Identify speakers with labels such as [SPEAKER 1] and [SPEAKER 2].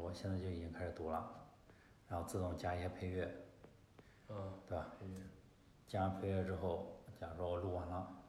[SPEAKER 1] 我现在就已经开始读了，然后自动加一些配乐，
[SPEAKER 2] 嗯，
[SPEAKER 1] 对吧？
[SPEAKER 2] 配乐
[SPEAKER 1] 加上配乐之后，假如说我录完了，